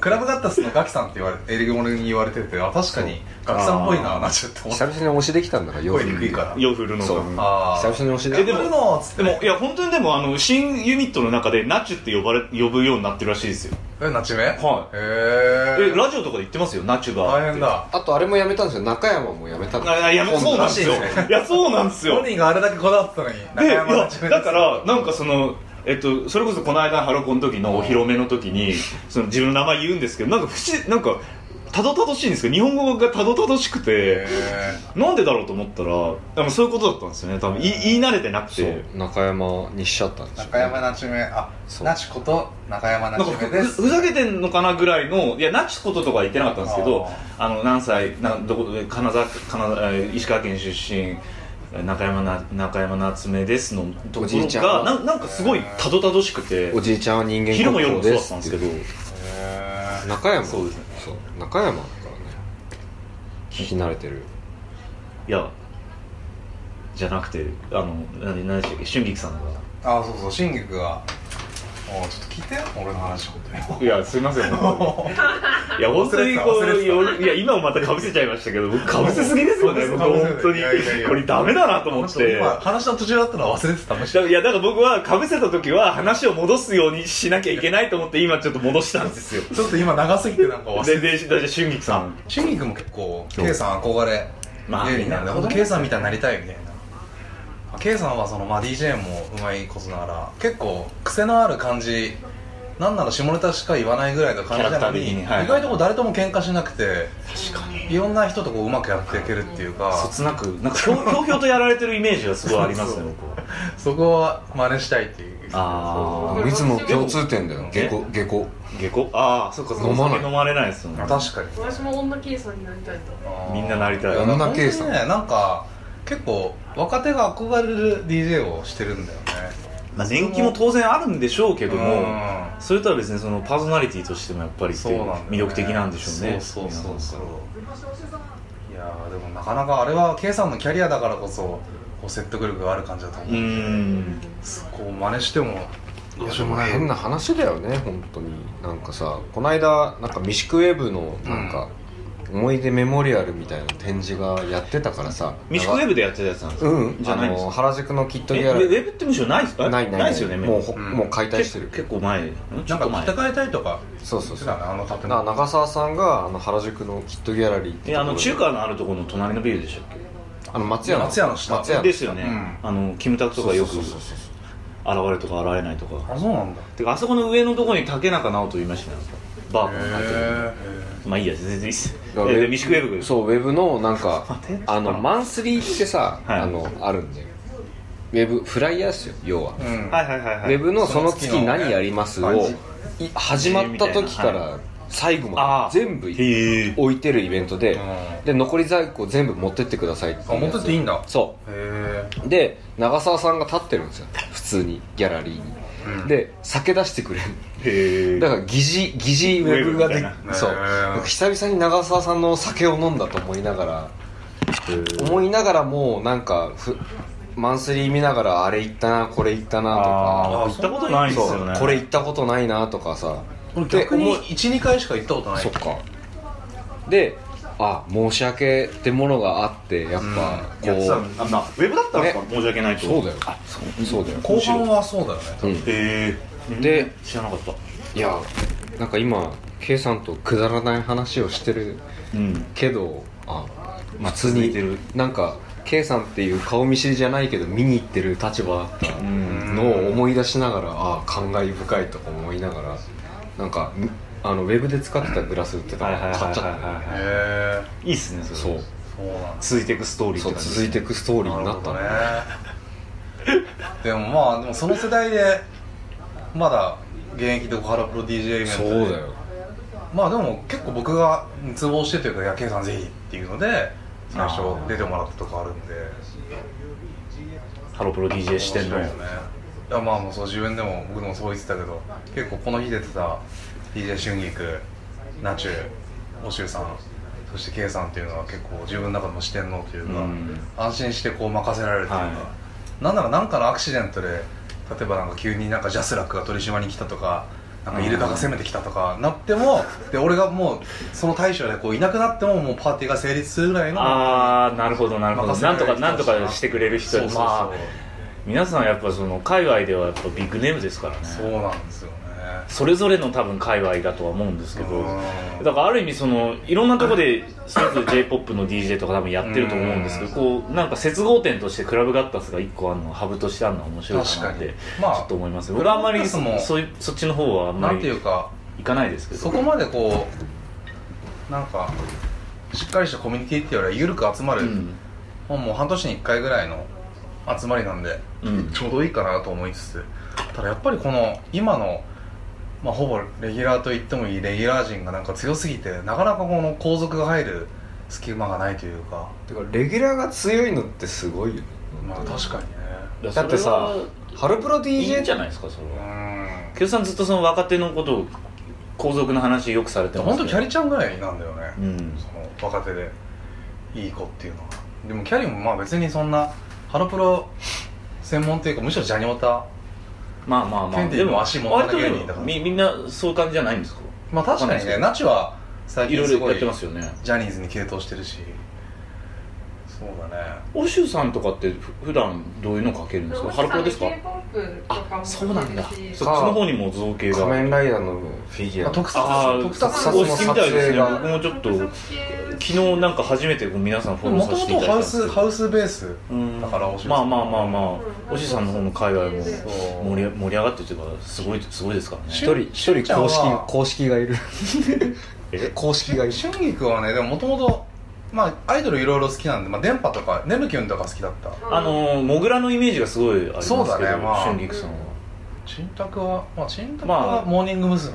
Speaker 2: クラブガッタスのガキさんって言われエリゴルに言われててあ確かにガキさんっぽいななちょっと思っ
Speaker 3: 久
Speaker 2: て
Speaker 3: 々に押しできたんだから
Speaker 2: 声にくいから
Speaker 1: 夜降るの
Speaker 3: そう
Speaker 1: が
Speaker 2: あ
Speaker 3: 久々に押しで
Speaker 1: え
Speaker 3: き
Speaker 1: で
Speaker 3: た
Speaker 1: も
Speaker 2: 夜のっつって
Speaker 1: でもいや本当にでもあの新ユニットの中でナチュって呼ばれ呼ぶようになってるらしいですよ
Speaker 2: えナチメ
Speaker 1: はい
Speaker 2: へ
Speaker 1: え
Speaker 2: え
Speaker 1: ラジオとかで言ってますよナチュが
Speaker 2: 大変だ
Speaker 3: あとあれもやめたんですよ中山もやめたんですよ
Speaker 1: あいやそうなんですよ
Speaker 2: 今度らしいですね
Speaker 1: いやそうなんですよ
Speaker 2: 本人があれだけこだわってたのに
Speaker 1: でいや
Speaker 2: 夏目
Speaker 1: だからなんかそのえっと、それこそこの間ハロコンの時のお披露目の時にその自分の名前言うんですけどなんか不思なんかたどたどしいんですけど日本語がたどたどしくて
Speaker 2: へ
Speaker 1: なんでだろうと思ったらでもそういうことだったんですよね多分言い言い慣れてなく
Speaker 3: そ
Speaker 1: て
Speaker 3: う中山にしちゃったんです
Speaker 2: ー
Speaker 3: よ
Speaker 2: 中山ナチメあ
Speaker 3: そう
Speaker 2: ナチこと中山ナ
Speaker 1: なん
Speaker 2: チ
Speaker 1: かふ
Speaker 2: メです
Speaker 1: ふふざけてんのかなぐらいのいやなきこととか言ってなかったんですけどあの何歳などこ金沢金沢えー石川県出身中山な中山夏目ですのとこ
Speaker 3: おじ
Speaker 1: ろ
Speaker 3: いちゃんは
Speaker 1: がなんなんかすごいたどたどしくて
Speaker 3: おじいちゃんは人間
Speaker 1: 昼も夜もそうだ
Speaker 3: で
Speaker 1: った
Speaker 3: す
Speaker 1: んで
Speaker 3: って
Speaker 1: すけど
Speaker 2: へ
Speaker 3: 中山
Speaker 1: そうですね
Speaker 3: そう中山だからね聞き慣れてる
Speaker 1: いやじゃなくてあの何何でしたっけ春菊さんが
Speaker 2: ーあそうそう新菊がおうちょっと聞いて俺の話本当に
Speaker 1: いや すいません本当にいや本当にこ
Speaker 2: 忘れ
Speaker 1: う
Speaker 2: てた
Speaker 1: よいや今もまたかぶせちゃいましたけど僕かぶせすぎですよ ね僕
Speaker 2: かぶせてた
Speaker 1: 本当に
Speaker 2: いやいやいや
Speaker 1: これダメだなと思っ
Speaker 2: ちょと
Speaker 1: て
Speaker 2: 今話の途中だったのは忘れてたむしろ
Speaker 1: だいやだから僕はかぶせた時は話を戻すようにしなきゃいけないと思って今ちょっと戻したんですよ
Speaker 2: ちょっと今長すぎてなんか忘れて
Speaker 1: ででだって春菊さん
Speaker 2: シュンギ君も結構 K さん憧れ
Speaker 1: まあ
Speaker 2: 芸人な
Speaker 1: な
Speaker 2: んで
Speaker 1: るほ
Speaker 2: 本
Speaker 1: ど
Speaker 2: 当
Speaker 1: ね
Speaker 2: K さんみたいになりたいみたいな K さんはその、まあ、DJ もうまいことながら結構癖のある感じなんなら下ネタしか言わないぐらいの感じな
Speaker 1: キ
Speaker 2: の
Speaker 1: ャラクター的に
Speaker 2: に、
Speaker 1: はい
Speaker 2: 意外とこう誰とも喧嘩しなくて
Speaker 1: 確かに
Speaker 2: いろんな人とこううまくやっていけるっていうか
Speaker 1: そつなくなん かひょうひょうひょうとやられてるイメージがすごいありますね
Speaker 2: そう
Speaker 1: 僕は
Speaker 2: そこは真似したいっていう
Speaker 1: あ
Speaker 3: いつも共通点だよ下校下校
Speaker 1: ー下校ああそっかそっか
Speaker 3: 飲まない
Speaker 1: 酒飲まれないですよね
Speaker 2: 確かに
Speaker 5: 私も女計算になりたいと
Speaker 1: みんななりたい
Speaker 2: やだから
Speaker 3: 女 K さん
Speaker 2: 本当にねなんか結構若手が憧れる DJ をしてるんだよね
Speaker 1: まあ、年季も当然あるんでしょうけど
Speaker 2: う
Speaker 1: も
Speaker 2: ん
Speaker 1: それとは別にそのパーソナリティとしてもやっぱりって
Speaker 2: そう
Speaker 1: いう
Speaker 2: なんだよね
Speaker 1: 魅力的なんでしょうね
Speaker 2: そうそうそうそう
Speaker 1: いや
Speaker 2: いやーでもなかなかあれは K さんのキャリアだからこそこう説得力がある感じだと思
Speaker 1: う
Speaker 2: う、
Speaker 1: ーん
Speaker 2: こう真似しても
Speaker 3: いやでもね変な話だよね本当になんかさこの間なんかミシクウェブのなんか、思い出メモリアルみたいな展示がやってたからさ
Speaker 1: ミシコウェブでやってたやつなんですか
Speaker 3: うん
Speaker 1: じゃないんです
Speaker 3: あ
Speaker 1: か
Speaker 3: の原宿のキットギ
Speaker 1: え
Speaker 3: ャ
Speaker 1: ウ
Speaker 3: ラリ
Speaker 1: ェウ
Speaker 3: ー
Speaker 1: ェブってむしろないですか
Speaker 3: ないない
Speaker 1: ですよね
Speaker 3: もうほ、
Speaker 2: うん
Speaker 3: もう解体してる
Speaker 1: 結構前ち
Speaker 2: な
Speaker 1: ょ
Speaker 2: ん
Speaker 1: っと
Speaker 2: か建
Speaker 1: 前
Speaker 2: て替えたりとか
Speaker 3: そうそう
Speaker 2: し
Speaker 3: そ
Speaker 2: て
Speaker 3: う
Speaker 2: たねあの建
Speaker 3: な
Speaker 2: 物
Speaker 3: 長澤さんがあの原宿のキットギャラリーって
Speaker 1: え
Speaker 3: と
Speaker 1: あ
Speaker 3: ころ
Speaker 1: の
Speaker 3: で
Speaker 1: 中華のあるところの隣のビルでしたっ
Speaker 3: あの松屋の
Speaker 2: 松屋の下
Speaker 3: 松屋
Speaker 1: けですよね、
Speaker 2: う
Speaker 1: あのキムタクとかよく
Speaker 3: そう
Speaker 1: 現
Speaker 3: そうそうそう
Speaker 1: れるとか現れないとか
Speaker 2: あそうなんだ
Speaker 1: てかあそこの上のところに竹中直人いましたよバーコン入ってるまあいいや全然いいっす
Speaker 3: だから
Speaker 1: え
Speaker 3: ウェ
Speaker 1: で
Speaker 3: ブ
Speaker 1: ミシクウェブ
Speaker 3: そうウェブのなん か
Speaker 1: 待って
Speaker 3: あのマンスリーってさ、
Speaker 1: はい
Speaker 3: あのあるんだよウェブフライヤーっすよ要は、
Speaker 2: うん
Speaker 1: はいはいはいはい
Speaker 3: ウェブのその月何やります
Speaker 2: その
Speaker 3: を
Speaker 2: 月の
Speaker 3: い始まった時から最後ま
Speaker 1: あ
Speaker 3: で全部
Speaker 1: へえ
Speaker 3: 置いてるイベントで
Speaker 2: う
Speaker 3: で残り在庫全部持ってってくださいって
Speaker 2: あ持ってっていいん
Speaker 3: だ
Speaker 2: だ
Speaker 3: そ
Speaker 2: へえ
Speaker 3: うで長澤さんが立ってるんですよ普通にギャラリーに、
Speaker 2: うん
Speaker 3: で酒出してくれる
Speaker 1: へえ
Speaker 3: だから疑似疑似ウェブがで
Speaker 1: ウェブみたい
Speaker 2: な
Speaker 3: そう
Speaker 2: へー
Speaker 3: なんか久々に長澤さんの酒を飲んだと思いながら思いながらもうなんかふマンスリー見ながらあれ行ったなこれ行ったなとか
Speaker 1: あー行ったことないんですよね
Speaker 3: そうこれ行ったことないなとかさ
Speaker 2: 俺逆
Speaker 3: で
Speaker 2: に
Speaker 3: 思い
Speaker 2: 12回しか行ったことない
Speaker 3: そっかであ申し訳ってものがあってやっぱ
Speaker 1: い
Speaker 3: こ
Speaker 1: や
Speaker 3: う、
Speaker 1: さあまあウェブだったら申し訳ないと
Speaker 3: そうだよそうだよ
Speaker 2: 後半はそうだよね
Speaker 3: うん
Speaker 1: へえ
Speaker 3: で
Speaker 1: 知らなかった
Speaker 3: いやなんか今 K さんとくだらない話をしてる
Speaker 1: うん
Speaker 3: けどあ
Speaker 1: まあ
Speaker 3: 普通
Speaker 1: 続い
Speaker 3: に
Speaker 1: てる
Speaker 3: なんか K さんっていう顔見知りじゃないけど見に行ってる立場だったのを思い出しながらあ感慨深いとか思いながらなんかみあのウェブで使ってたグラス売ってた
Speaker 1: はいは
Speaker 3: か
Speaker 1: いはい
Speaker 3: ら買っちゃった
Speaker 1: はいは
Speaker 2: へえ
Speaker 1: いいいっすねそれ
Speaker 3: そう
Speaker 2: そうなんだ
Speaker 1: 続いていくストーリー
Speaker 3: そう続いていくストーリーになったの
Speaker 2: なるほどね でもまあでもその世代でまだ現役でハロプロ DJ イベント
Speaker 3: そ
Speaker 2: で
Speaker 3: うだよ
Speaker 2: まあでも結構僕が熱望してというか「いや K さんぜひ」っていうので最初出てもらったとかあるんで
Speaker 1: ハロプロ DJ 視点の
Speaker 2: 面白いよねいやまあもうそう自分でも僕でもそう言ってたけど結構この日出てた DJ 春菊ナチュおしゅうさんそして K さんっていうのは結構自分の中の視点のというか、
Speaker 1: うん
Speaker 2: 安心してこう任せられるというか、
Speaker 1: は
Speaker 2: なんなら何かのアクシデントで例えばなんか急になんかジャスラックが取り締まりに来たとかなんかイルカが攻めてきたとかなってもで俺がもうその対処でこういなくなってももうパーティーが成立するぐらいの
Speaker 1: ああなるほどなるほど
Speaker 2: 任せて
Speaker 1: なんと
Speaker 2: く
Speaker 1: か
Speaker 2: れる人
Speaker 1: なんとかしてくれる人
Speaker 2: そうそうそう、
Speaker 1: まあ皆さんやっぱその界隈ではやっぱビッグネームですからね
Speaker 2: そうなんですよね
Speaker 1: それぞれの多分界隈だとは思うんですけど
Speaker 2: うん
Speaker 1: だからある意味そのいろんなとこで それぞれ j p o p の DJ とか多分やってると思うんですけどこうなんか接合点としてクラブガッタスが一個あるのハブとしてあるのは面白いかなっ
Speaker 2: 確か
Speaker 1: て
Speaker 2: に
Speaker 1: ち
Speaker 2: まあ
Speaker 1: ょっと思います僕はあんまり
Speaker 2: クラ
Speaker 1: そ
Speaker 2: ブガッタスも
Speaker 1: そういうそっちの方はあんま
Speaker 2: なんてい
Speaker 1: り
Speaker 2: うか
Speaker 1: いかないですけ
Speaker 2: そ
Speaker 1: ど
Speaker 2: こまでこうなんかしっかりしたコミュニティっていうよりは緩く集まる、
Speaker 1: うん
Speaker 2: もうもう半年に1回ぐらいの集まりなんで
Speaker 1: うん
Speaker 2: ちょうどいいかなと思いつつただやっぱりこの今の、まあ、ほぼレギュラーと言ってもいいレギュラー陣がなんか強すぎてなかなかこの後続が入る隙間がないというか
Speaker 3: てかレギュラーが強いのってすごいよね
Speaker 2: まあ確かにね
Speaker 3: だってさハロプロ
Speaker 1: いい
Speaker 3: DJ
Speaker 1: んじゃないですかそれ
Speaker 2: う
Speaker 1: は
Speaker 2: ん
Speaker 1: 清さんずっとその若手のことを皇族の話よくされて
Speaker 2: で
Speaker 1: ま
Speaker 2: も
Speaker 1: す
Speaker 2: 本当キャリちゃんぐらいなんだよね、
Speaker 1: うん
Speaker 2: その若手でいい子っていうのはでもキャリもまあ別にそんなハロプロ専門っていうかむしろジャニオタ
Speaker 1: まあまあま
Speaker 2: ケ
Speaker 1: あ
Speaker 2: ンティー
Speaker 1: で
Speaker 2: も
Speaker 1: も
Speaker 2: 足も
Speaker 1: 割とで
Speaker 2: 長い芸人だか
Speaker 1: も
Speaker 2: ら
Speaker 1: みみんなそういう感じじゃないんですか
Speaker 2: まあ確かにねナチは最
Speaker 1: いろい
Speaker 2: 近す
Speaker 1: ろ
Speaker 2: ご
Speaker 1: や
Speaker 2: い
Speaker 1: ってますよね
Speaker 2: ジャニーズに傾倒してるしそうだね
Speaker 1: おしゅうさんとかってふ普段どういうのかけるんですかハロプロですか
Speaker 5: K-POP とかも
Speaker 1: そうなんだ
Speaker 5: 出てるし
Speaker 1: そっちの方にも造形
Speaker 3: 仮
Speaker 1: が
Speaker 3: 面ライダーのフィギュ
Speaker 2: あ
Speaker 3: ア
Speaker 2: 特撮
Speaker 1: ああ
Speaker 2: 特撮
Speaker 1: お好きみたいですね
Speaker 3: 撮影が
Speaker 1: 僕もちょっと
Speaker 5: 特撮系
Speaker 1: 昨日なんか初めて皆さんフォロ
Speaker 2: も
Speaker 1: ー
Speaker 2: と
Speaker 1: さ
Speaker 2: も
Speaker 1: せてい
Speaker 2: と
Speaker 1: ただいたん
Speaker 2: ハウ
Speaker 1: です
Speaker 2: ス
Speaker 1: けど
Speaker 2: ハウスベース
Speaker 1: うん
Speaker 2: だからおしゅうさん
Speaker 1: まあまあまあまあ
Speaker 5: うん
Speaker 1: おしゅうさんの方の界隈も
Speaker 5: そう
Speaker 1: 盛り盛り上がってるというかすごいすごいですからね
Speaker 3: 一人一人公
Speaker 2: しゅんちゃんは
Speaker 3: 式公式 がいる公式がいる
Speaker 2: 春菊はねでももともとまあアイドルいろいろ好きなんで、まあ、電波とかネムキュンとか好きだった
Speaker 1: あのー、モグラのイメージがすごいありますけど、
Speaker 2: そうだねまあ
Speaker 1: 春菊さんは
Speaker 2: チンタクはまあチンタク
Speaker 1: まあ
Speaker 2: はモーニング娘。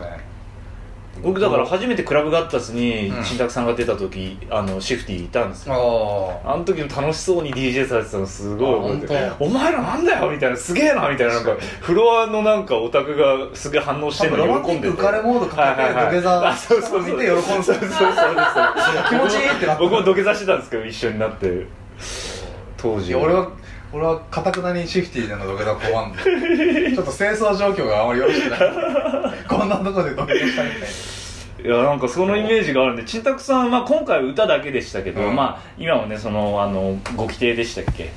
Speaker 1: 僕だから初めてクラブガッタスに
Speaker 2: うん
Speaker 1: 新宅さんが出た時、あのシフティーいたんですよ
Speaker 2: ああ
Speaker 1: あの時も楽しそうに DJ されてたのすごい覚えてる
Speaker 2: あ
Speaker 1: お前らなんだよみたいなすげえなみたいななんかフロアのなんかオタクがすげえ反応して
Speaker 2: 多
Speaker 1: る
Speaker 2: 分ロマ
Speaker 1: の
Speaker 2: ン
Speaker 1: に
Speaker 2: テ
Speaker 1: 喜
Speaker 2: ィ
Speaker 1: んで
Speaker 2: ック
Speaker 1: て
Speaker 2: 浮かれモードかけて土下
Speaker 1: あそうそうそう
Speaker 2: 座見て喜んでる
Speaker 1: そうそうそう
Speaker 2: 気持ちいいってなって
Speaker 1: 僕も土下座してたんですけど一緒になって当
Speaker 2: い
Speaker 1: 時
Speaker 2: や俺は俺はかたくなにシフティーでの土下座怖んでちょっと清掃状況があまりよろしくないこんなとこで土下座したみたいない
Speaker 1: やなんかそのイメージがあるんでちんたくさん、まあ、今回は歌だけでしたけど、
Speaker 2: うん
Speaker 1: まあ今もねそのあのご規定でしたっけ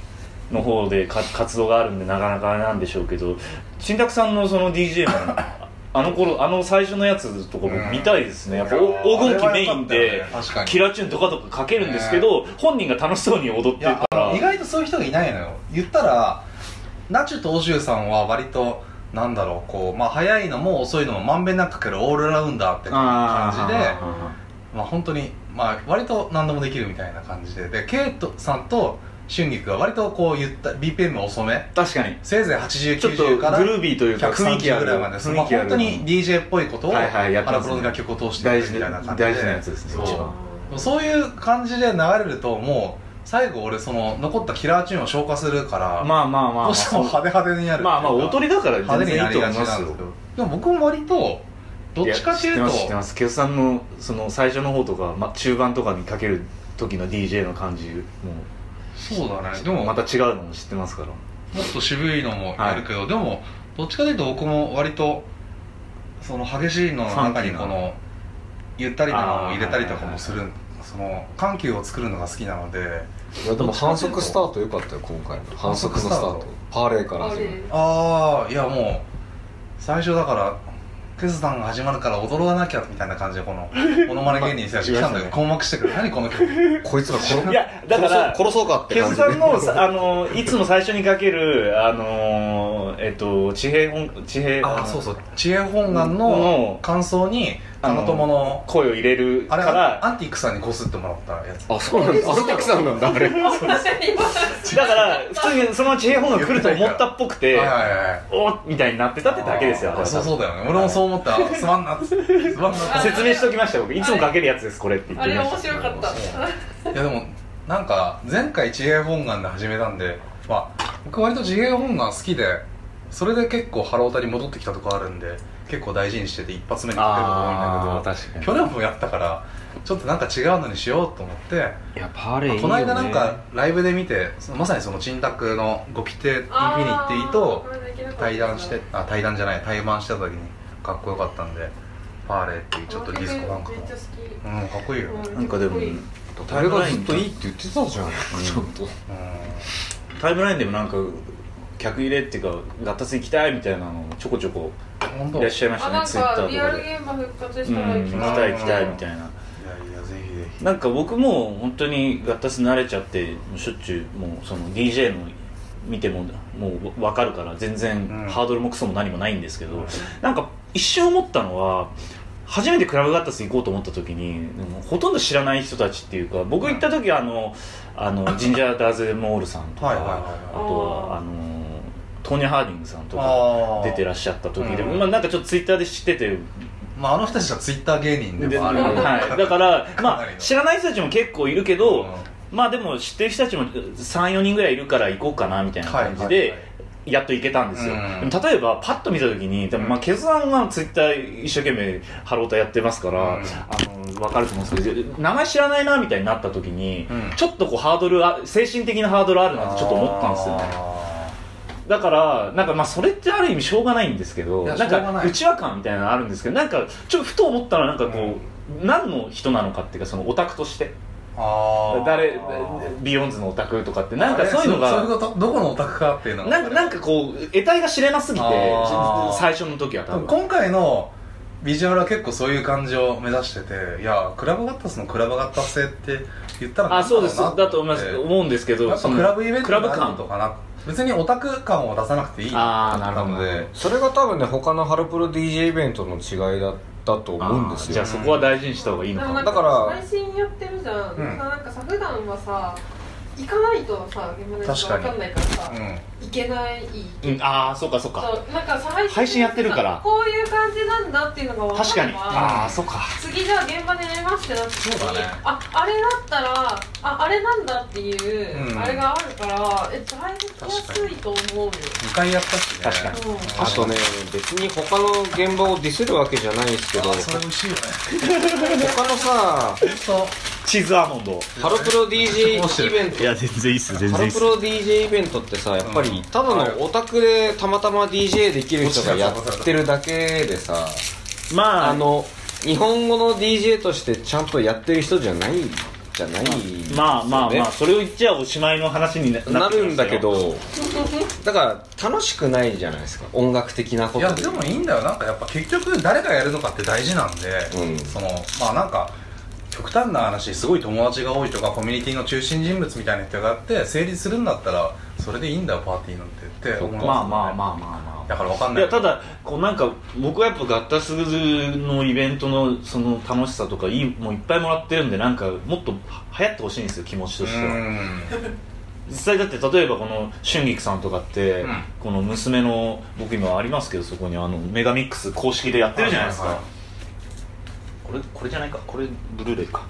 Speaker 1: の方でか活動があるんでなかなかあれなんでしょうけどちんたくさんのその DJ も あの頃あの最初のやつとかも見たいですね、やっぱお黄
Speaker 2: いや
Speaker 1: 金期メイン
Speaker 2: あ
Speaker 1: で
Speaker 2: れは良かったよね確かに
Speaker 1: キラチューンとかとかかけるんですけど、本人が楽しそうに踊って
Speaker 2: い
Speaker 1: る
Speaker 2: や
Speaker 1: か
Speaker 2: あ
Speaker 1: ら
Speaker 2: の意外とそういう人がいないのよ言ったらナチュとオシュウさんは割となんだろうこうまあ早いのも遅いのもまんべんなくかけるオールラウンダーって感じでまあ本当にまあ割と何でもできるみたいな感じででケイトさんと春菊が割とこう言った BPM 遅め
Speaker 1: 確かに
Speaker 2: せいぜい8090
Speaker 1: ちょっと
Speaker 2: から
Speaker 1: グルービーというか
Speaker 2: 100ぐらいまで
Speaker 1: 雰
Speaker 2: まあ
Speaker 1: 囲気あ
Speaker 2: 本
Speaker 1: る
Speaker 2: 当に DJ っぽいことを
Speaker 1: はいはいやって
Speaker 2: ア
Speaker 1: ま
Speaker 2: ラ
Speaker 1: す
Speaker 2: プ
Speaker 1: ね
Speaker 2: ロの楽曲を通して
Speaker 1: 大
Speaker 2: いく
Speaker 1: 事
Speaker 2: みたいな
Speaker 1: な
Speaker 2: 感じで
Speaker 1: 大事なやつですね一番
Speaker 2: そういう感じで流れるともう最後俺その残ったキラーチューンを消化するから、
Speaker 1: まあまあまあ、ま
Speaker 2: ど
Speaker 1: あ、
Speaker 2: うしても派手派手にやる
Speaker 1: まあまあおと
Speaker 2: り
Speaker 1: りだから
Speaker 2: 派
Speaker 1: 全
Speaker 2: 手に
Speaker 1: 然い
Speaker 2: ないり
Speaker 1: と思
Speaker 2: が
Speaker 1: いま
Speaker 2: ちな
Speaker 1: す
Speaker 2: んで
Speaker 1: よ
Speaker 2: すけどでも僕も割とどっちかっていうと
Speaker 1: や知ってます知ってます清さんのその最初の方とか、ま、中盤とかにかける時の DJ の感じも
Speaker 2: そうだねでも
Speaker 1: ま
Speaker 2: ま
Speaker 1: た
Speaker 2: た
Speaker 1: 違うのも知ってますから
Speaker 2: もっと渋いのもやるけど、でもどっちかというと僕も割とその激しいのの中にこ
Speaker 1: ファンキー
Speaker 2: のゆったりなのを入れたりとか
Speaker 1: あ
Speaker 2: も
Speaker 1: ー
Speaker 2: するその緩急を作るのが好きなので
Speaker 3: いやでも反則スタート良かったよ今回の反則のスター
Speaker 2: 反
Speaker 3: ト
Speaker 2: 則ス
Speaker 3: パーレーから
Speaker 5: あ
Speaker 3: 始
Speaker 5: れ
Speaker 3: める
Speaker 2: ああいやもう最初だからクズさんが始まるから踊らなきゃみたいな感じでこ のモノマネ芸人さんが来たんだけど困惑 してくる何この曲
Speaker 3: こいつら殺
Speaker 1: いやだから
Speaker 3: 殺そう殺そうかって
Speaker 1: 清
Speaker 3: 感
Speaker 1: さ
Speaker 3: じで
Speaker 1: んのさあのいつも最初にかけるあのえっと地平本地平
Speaker 2: ああ
Speaker 1: の
Speaker 2: そうそう知恵本願
Speaker 1: うん
Speaker 2: の感想に
Speaker 1: あ
Speaker 2: あ
Speaker 1: の
Speaker 2: の友の
Speaker 1: 声を入れるか
Speaker 2: あれ
Speaker 1: ら
Speaker 2: アンティークさんにこすってもらったやつ
Speaker 3: あそうなんだアンティックさんなんだ あれ
Speaker 1: だから普通にその地平本が来ると思ったっぽくて
Speaker 2: はいはいはい
Speaker 1: おっみたいになってたってだけですよ
Speaker 2: あーそうそうだよね俺もそう思ったあすまんなっつってすまんなっつっ
Speaker 1: 説明しときました僕いつもかけるやつですこれって言っ
Speaker 5: あ
Speaker 1: て
Speaker 5: れ
Speaker 1: ま
Speaker 5: 面
Speaker 1: した
Speaker 5: 白かった
Speaker 2: ていやでもなんか前回知恵本願で始めたんでまあ僕割と自衛本願好きでそれで結構ハロータに戻ってきたとこあるんで結構大事にしてて一発目にやってることが多いんだけど
Speaker 1: あー確かに
Speaker 2: 去年もやったからちょっとなんか違うのにしようと思って
Speaker 1: いやパーレーいいよ
Speaker 2: こ
Speaker 1: ね
Speaker 2: の間なんかライブで見てそのまさにその陳卓のご規定見に行っていいと対談してあ対談じゃない対バンしてた時にかっこよかったんでパーレーっていうちょっとディスコなんか
Speaker 5: めっ
Speaker 2: も
Speaker 5: ちゃ好
Speaker 2: うんかっこいいよね
Speaker 5: き
Speaker 1: なんかでも
Speaker 5: めっち
Speaker 3: あれがずっといいって言ってたじゃん、ちゃんと
Speaker 2: う
Speaker 1: タイムラインでもなんか客入れっていうかガッタス行きたいみたいなのちょこちょこ
Speaker 2: ん本当
Speaker 1: いらっしゃいま
Speaker 5: ゃ
Speaker 1: し
Speaker 5: あ
Speaker 1: た
Speaker 5: な
Speaker 1: ね
Speaker 5: ん
Speaker 1: ツイッタ
Speaker 5: か
Speaker 1: ー
Speaker 5: リ
Speaker 1: と
Speaker 5: アル
Speaker 1: かで
Speaker 5: ゲーム復活し
Speaker 1: う
Speaker 5: たら
Speaker 1: ん
Speaker 5: 行き
Speaker 1: 行
Speaker 5: ま
Speaker 1: き
Speaker 5: す
Speaker 1: たい行きたいみたいない
Speaker 2: やいやぜひぜひ
Speaker 1: なんか僕も本当にガッタス慣れちゃってしょっちゅうもうその DJ の見てももうわかるから全然
Speaker 2: うん
Speaker 1: ハードルもクソも何もないんですけど、なんか一瞬思ったのは初めてクラブガッタス行こうと思った時にでもほとんど知らない人たちっていうか僕行った時はあのあのジンジャー・ダーゼモールさんとか、
Speaker 2: はいはいはい
Speaker 1: あと
Speaker 2: はい
Speaker 1: はあのトーニー・ハーディングさんとか
Speaker 2: あ
Speaker 1: 出て
Speaker 2: る
Speaker 1: らっしゃった時で、
Speaker 2: うん
Speaker 1: まあ、なんかちょっとツイッターで知ってて
Speaker 2: まああの人たちはツイッター芸人で
Speaker 1: で
Speaker 2: もある
Speaker 1: はい、 だから、ま
Speaker 2: なり
Speaker 1: あ、
Speaker 2: の
Speaker 1: 知らない人たちも結構いるけど、
Speaker 2: うん
Speaker 1: まあでも知ってる人たちも34人ぐらいいるから行こうかなみたいな感じで、
Speaker 2: はいはい
Speaker 1: やっと行けたんですよ、
Speaker 2: うん
Speaker 1: でも例えばパッと見た時に多分まあケズさんはツイッター一生懸命ハロータやってますから、
Speaker 2: うん
Speaker 1: あの分かると思うんですけど名前知らないなみたいになった時に、
Speaker 2: うん
Speaker 1: ちょっとこうハードルあ精神的なハードルあるなってちょっと思ったんですよねだからなんかまあそれってある意味しょうがないんですけど
Speaker 2: いや
Speaker 1: なん
Speaker 2: しょうが
Speaker 1: か
Speaker 2: ないう
Speaker 1: ちわ感みたいなのあるんですけどなんかちょっとふと思ったらなんかこう、何の人なのかっていうかそのオタクとして
Speaker 2: あー
Speaker 1: 誰
Speaker 2: あー
Speaker 1: ビヨンズのオタクとかってなんかそういうの
Speaker 2: あれそういう
Speaker 1: が
Speaker 2: ことどこのオタクかっていうのが
Speaker 1: なんかなんかこう得体が知れなすぎて
Speaker 2: あー
Speaker 1: 最初の時は
Speaker 2: で
Speaker 1: 多
Speaker 2: も
Speaker 1: 分
Speaker 2: 今回のビジュアルは結構そういう感じを目指してていやクラブガッタスのクラブガッタス性って言ったら
Speaker 1: あそうです
Speaker 2: なんろ
Speaker 1: だと思います
Speaker 2: って
Speaker 1: 思うんですけど
Speaker 2: やっ
Speaker 1: そ
Speaker 2: ぱ
Speaker 1: の
Speaker 2: クラブイベント
Speaker 1: クラブ
Speaker 2: になる
Speaker 1: 感
Speaker 2: のかな別にオタク感を出さなくていい
Speaker 1: ああなるほど
Speaker 2: なので
Speaker 3: それが多分ね他のハロプロ DJ イベントの違いだったと思うんです
Speaker 1: じゃ
Speaker 3: よ
Speaker 1: あそこは大事にした方がいい
Speaker 5: で
Speaker 1: のか
Speaker 5: も
Speaker 1: も
Speaker 5: なん
Speaker 3: だから
Speaker 5: 配信やってるじゃん、
Speaker 2: うん
Speaker 5: なんかさ普段はさ行かないとさ現場で
Speaker 2: 確かに
Speaker 5: 分かんないからさ、
Speaker 2: うん
Speaker 5: 行けない行け
Speaker 1: うん、ああそうかそう
Speaker 5: そ
Speaker 1: か
Speaker 5: うなんかさ配
Speaker 1: 配信やってるから
Speaker 5: こういう感じなんだっていうのが分
Speaker 1: 確
Speaker 5: か
Speaker 1: か
Speaker 5: れ
Speaker 1: に
Speaker 5: ば
Speaker 1: ああそうか
Speaker 5: 次じゃあ現場でやりますってなった時
Speaker 2: そう
Speaker 5: に、
Speaker 2: だね
Speaker 5: ああれだったらああれなんだっていう、
Speaker 2: うん
Speaker 5: あれがあるからえだいぶ来やすいと思うよ、
Speaker 2: 2回やったしね
Speaker 1: 確かに
Speaker 5: うん、
Speaker 3: あとね別に他の現場をディスるわけじゃないんですけど
Speaker 2: あーそれ美味しいよね
Speaker 3: 他のさ
Speaker 2: そう
Speaker 1: チーズアーモンド
Speaker 3: ハロプロ DJ イベント
Speaker 6: いや全然いいっす全
Speaker 3: ハ
Speaker 6: 然いい
Speaker 3: ロ
Speaker 6: っ
Speaker 3: プ
Speaker 6: す
Speaker 3: ロ DJ イベントってさやっぱりただのオタクでたまたま DJ できる 人がやってるだけでさ
Speaker 1: まあ
Speaker 3: あの日本語の DJ としてちゃんとやってる人じゃないじゃない
Speaker 1: まあまあ
Speaker 3: ね
Speaker 1: まあそれを言っちゃおしまいの話になってき
Speaker 3: な
Speaker 1: ますよ
Speaker 3: るんだけどだから楽しくないじゃないですか音楽的なこ
Speaker 2: い
Speaker 3: と
Speaker 2: やでもいいんだよなんかやっぱ結局誰がやるのかって大事なんで、
Speaker 3: うん
Speaker 2: そのまあなんか極端な話すごい友達が多いとかコミュニティの中心人物みたいな人があって成立するんだったらそれでいいんだよパーティーなんてって思います
Speaker 1: まあまあまあまあまあ
Speaker 2: だからわかん
Speaker 1: い
Speaker 2: ない
Speaker 1: やただこうなんか僕はやっぱガッタスのイベントのその楽しさとかいいもういっぱいもらってるんでなんかもっとは流行ってほしいんですよ気持ちと
Speaker 2: う
Speaker 1: しては
Speaker 2: ん
Speaker 1: 実際だって例えばこの春菊さんとかって、
Speaker 2: うん
Speaker 1: この娘の僕今ありますけどそこにあのメガミックス公式でやってるじゃないですか、
Speaker 2: はいはいは
Speaker 1: これこれじゃないかこれブルーレイか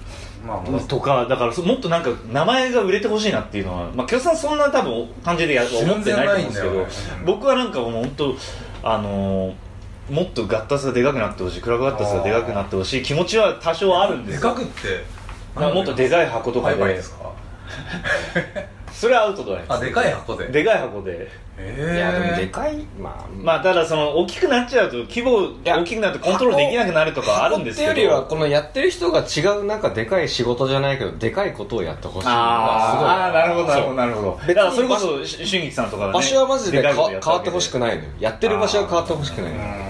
Speaker 2: まあまあ、
Speaker 1: とかだからそもっとなんか名前が売れてほしいなっていうのはまあ京さんそんな多分感じでや
Speaker 2: 全然
Speaker 1: 思ってないと思うんですけど、
Speaker 2: ないんだよね
Speaker 1: 僕はなんかもう本当あのーもっとガッタスがでかくなってほしいクラブガッタスがでかくなってほしい気持ちは多少あるんです
Speaker 2: で
Speaker 1: よ
Speaker 2: かくって
Speaker 1: なんかもっとでかい箱とか
Speaker 2: バイ
Speaker 1: で
Speaker 2: バイですか
Speaker 1: それはアウトドアです
Speaker 2: あでかい箱で
Speaker 1: でかい箱で
Speaker 2: ええ
Speaker 3: いやでもでかいまあ
Speaker 1: まあただその大きくなっちゃうと規模
Speaker 3: や
Speaker 1: 大きくなるとコントロールできなくなるとかはあるんですけど
Speaker 3: っていうよりはこのやってる人が違うなんかでかい仕事じゃないけどでかいことをやってほしい
Speaker 1: あーあーなるほどなるほどなるほどだ
Speaker 3: 別に
Speaker 1: からそれこそし春菊さんとかがね
Speaker 3: 場所はマジで
Speaker 1: かい
Speaker 3: か
Speaker 1: ことや
Speaker 3: 変
Speaker 1: ったわ
Speaker 3: わっ
Speaker 1: け
Speaker 3: て
Speaker 1: で
Speaker 3: ほしくないのよやってる場所は変わってほしくないのよ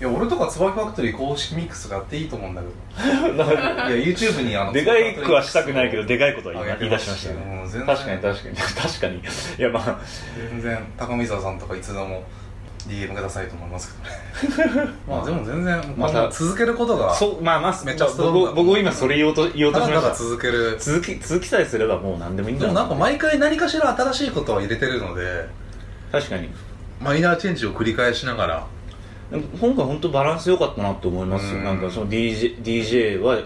Speaker 2: いや俺とか椿ファクトリー公式ミックスがあっていいと思うんだけど いや YouTube にあの
Speaker 1: でかいくはしたくないけどでかいことは言い
Speaker 2: あ
Speaker 1: 言い出しましたよ
Speaker 2: う
Speaker 1: ね
Speaker 2: ん全然
Speaker 1: 確かに確かに 確かにいやまあ
Speaker 2: 全然高見沢さんとかいつでも DM くださいと思いますけ どねまあでも全然
Speaker 1: また
Speaker 2: まあ続けることが
Speaker 1: そうまあまあ
Speaker 2: めっちゃそう
Speaker 1: 僕僕今それ言おうと言おう
Speaker 2: た
Speaker 1: と
Speaker 2: だ
Speaker 1: したま
Speaker 2: だ
Speaker 1: した
Speaker 2: 続ける
Speaker 1: 続き続きさえすればもう何でもいいん
Speaker 2: で
Speaker 1: だ
Speaker 2: も
Speaker 1: ろう
Speaker 2: なんか毎回何かしら新しいことは入れてるので
Speaker 1: 確かに
Speaker 2: マイナーチェンジを繰り返しながら
Speaker 1: でも今回本当バランス良かったなと思いますよ
Speaker 2: うん
Speaker 1: なんかその DJ, DJ は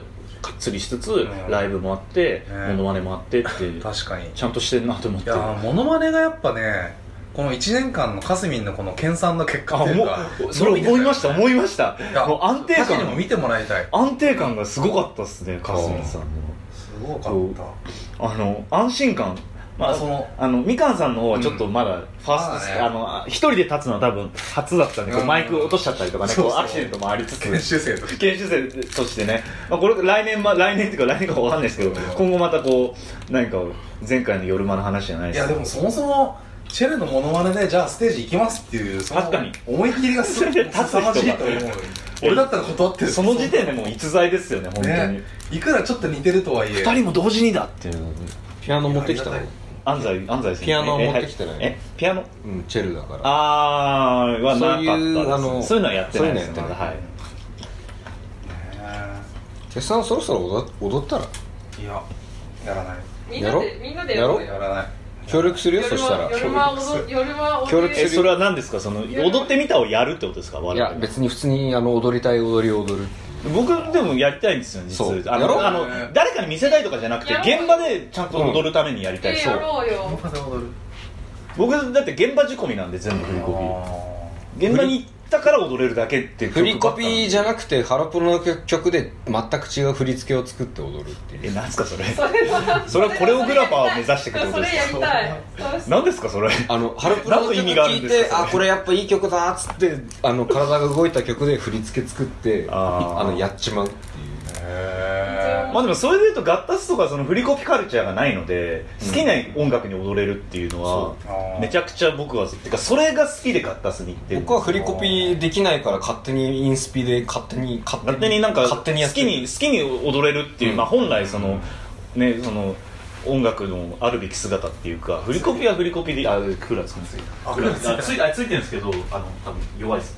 Speaker 1: かっつりしつつ、
Speaker 2: ん
Speaker 1: ライブもあってモ
Speaker 2: ね
Speaker 1: ノマネもあってって
Speaker 2: 確かに
Speaker 1: ちゃんとしてんなと思っ
Speaker 2: い
Speaker 1: て
Speaker 2: やーモノマネがやっぱねこの1年間のかすみんのこの研鑽の結果
Speaker 1: あ
Speaker 2: っていう
Speaker 1: も
Speaker 2: か
Speaker 1: うそれ思いました思いました
Speaker 2: いや
Speaker 1: もう安定
Speaker 2: 歌詞にも
Speaker 1: 感
Speaker 2: 見てもらいたい
Speaker 1: 安定感がすごかったっすねかすみさんの
Speaker 2: すごかった
Speaker 1: あの安心感まあ
Speaker 2: その
Speaker 1: あのみかんさんの方はちょっとまだファースト、
Speaker 2: まだね
Speaker 1: あの一人で立つのは多分初だったんでこう
Speaker 2: うん
Speaker 1: マイク落としちゃったりとかね
Speaker 2: そうそう
Speaker 1: こうアクシデントもありつつ
Speaker 2: 研修生として
Speaker 1: 研修生としてね、まあ、これ来年ま来年っていうか来年かわかんないですけど今後またこう何か前回の夜間の話じゃない
Speaker 2: い
Speaker 1: です
Speaker 2: や
Speaker 1: け
Speaker 2: で
Speaker 1: ど
Speaker 2: もそもそもシェルのモノマネでじゃあステージ行きますっていうその
Speaker 1: 確かに
Speaker 2: 思い切りがすごい
Speaker 1: 立つ人が
Speaker 2: 凄まじいと思う俺だったら断ってる
Speaker 1: その時点でもう逸材ですよね本当に、
Speaker 2: ねいくらちょっと似てるとはいえ
Speaker 1: 二人も同時にだっていう
Speaker 3: ピアノ持ってきたの
Speaker 2: ありが
Speaker 1: 安西安西先生
Speaker 3: ピアノ持ってきてない
Speaker 1: ええピアノ
Speaker 3: うんチェルだから
Speaker 1: あーはなかったです
Speaker 3: そういうあの
Speaker 1: そういうのはやってないですね
Speaker 3: そうい
Speaker 1: ま
Speaker 3: うのやってない
Speaker 1: だはい
Speaker 3: 決算そろそろ踊踊ったら
Speaker 2: いややらない
Speaker 5: みんなでみんなでやろうよ
Speaker 2: やらない
Speaker 3: 協力するよそ
Speaker 5: 夜
Speaker 3: した
Speaker 5: は
Speaker 3: ら
Speaker 5: 夜は踊る夜は
Speaker 3: 協力
Speaker 5: 踊る
Speaker 3: する
Speaker 1: えそれは何ですかその踊ってみたをやるってことですか
Speaker 3: い
Speaker 1: 我々
Speaker 3: や別に普通にあの踊りたい踊りを踊る
Speaker 1: 僕でもやりたいんですよ実
Speaker 3: そう
Speaker 1: はあ
Speaker 3: やろう
Speaker 1: のあの誰かに見せたいとかじゃなくて
Speaker 5: やろう
Speaker 1: 現場でちゃんと踊るためにやりたい、
Speaker 5: え
Speaker 1: そ
Speaker 5: や
Speaker 1: う
Speaker 5: ろうよ
Speaker 1: 僕だって現場仕込みなんで全部振りコ
Speaker 2: あ
Speaker 1: ピー現場に行ったから踊れるだけっていう
Speaker 3: 振りコピーじゃ
Speaker 1: な
Speaker 3: なくてハロプロの曲曲で全く違う振り付けを作って踊るってい
Speaker 1: え
Speaker 3: う
Speaker 1: 何すかそれ
Speaker 5: それは
Speaker 1: それはコレオグラファーを目指していくってことですか
Speaker 5: それやり たい
Speaker 1: 何ですかそれ
Speaker 3: あのハロプロの
Speaker 1: 何の
Speaker 3: 曲
Speaker 1: 意味がある
Speaker 3: 聞
Speaker 1: んで
Speaker 3: い
Speaker 1: す
Speaker 3: て
Speaker 1: かそれ
Speaker 3: あこれやっぱいい曲だっつってあの体が動いた曲で振り付け作って
Speaker 1: あー
Speaker 3: あのやっちまうっていう
Speaker 2: ーへ
Speaker 1: まあでもそれでいうとガッタスとかその振りコピカルチャーがないので好きな音楽に踊れるっていうのは
Speaker 2: そう
Speaker 1: めちゃくちゃ僕はてかそれが好きでガッタスに行ってるんです
Speaker 3: 僕は振りコピーできないから勝手にインスピで勝手に勝
Speaker 1: 勝手になんか
Speaker 3: 勝手にや
Speaker 1: 好
Speaker 3: って
Speaker 1: きに好きに踊れるっていう、
Speaker 3: うん
Speaker 1: まあ本来その、ねその音楽のあるべき姿っていうか振りコピは振りコピであクーラーつくんですよ
Speaker 2: あ
Speaker 1: クーラーついてあついてるんですけどあの多分弱いです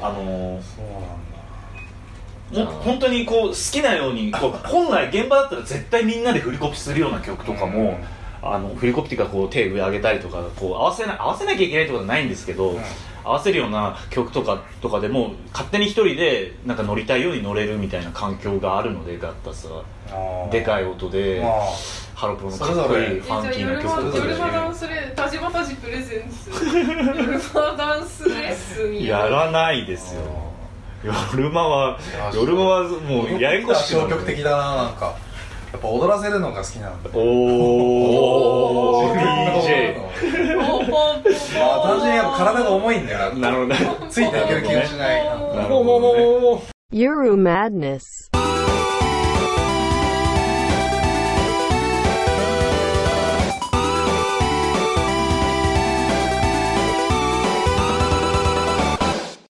Speaker 1: あのー
Speaker 2: そうなんだ
Speaker 1: も本当にこう好きなようにこう本来現場だったら絶対みんなで振りコピするような曲とかも、あの振りコピっていうかこう手上上げたりとかこう合わせな合わせなきゃいけないってことはないんですけど、合わせるような曲とかとかでも勝手に一人でなんか乗りたいように乗れるみたいな環境があるのでガッタスは
Speaker 2: あー
Speaker 1: でかい音で、
Speaker 2: まあ
Speaker 1: ハロプロのかっこいいファンキーな
Speaker 5: 夜は
Speaker 1: 曲とか
Speaker 5: 夜
Speaker 1: で
Speaker 5: はダンスレ田島たちプレゼンス夜はダンスレッスン
Speaker 1: やらないですよ夜間は夜間はもうややこしくな
Speaker 2: 消
Speaker 1: る
Speaker 2: 極的だななんかやっぱ踊らせるのが好きなん だ
Speaker 1: おお
Speaker 5: お
Speaker 1: DJ
Speaker 5: ポンポンポンポン
Speaker 2: まあ単純にやっぱ体が重いんだよ
Speaker 1: なるほどね
Speaker 2: ついていける気がしない
Speaker 1: なる
Speaker 5: な
Speaker 1: ほどね Euro
Speaker 7: Euro madness.
Speaker 1: Madness.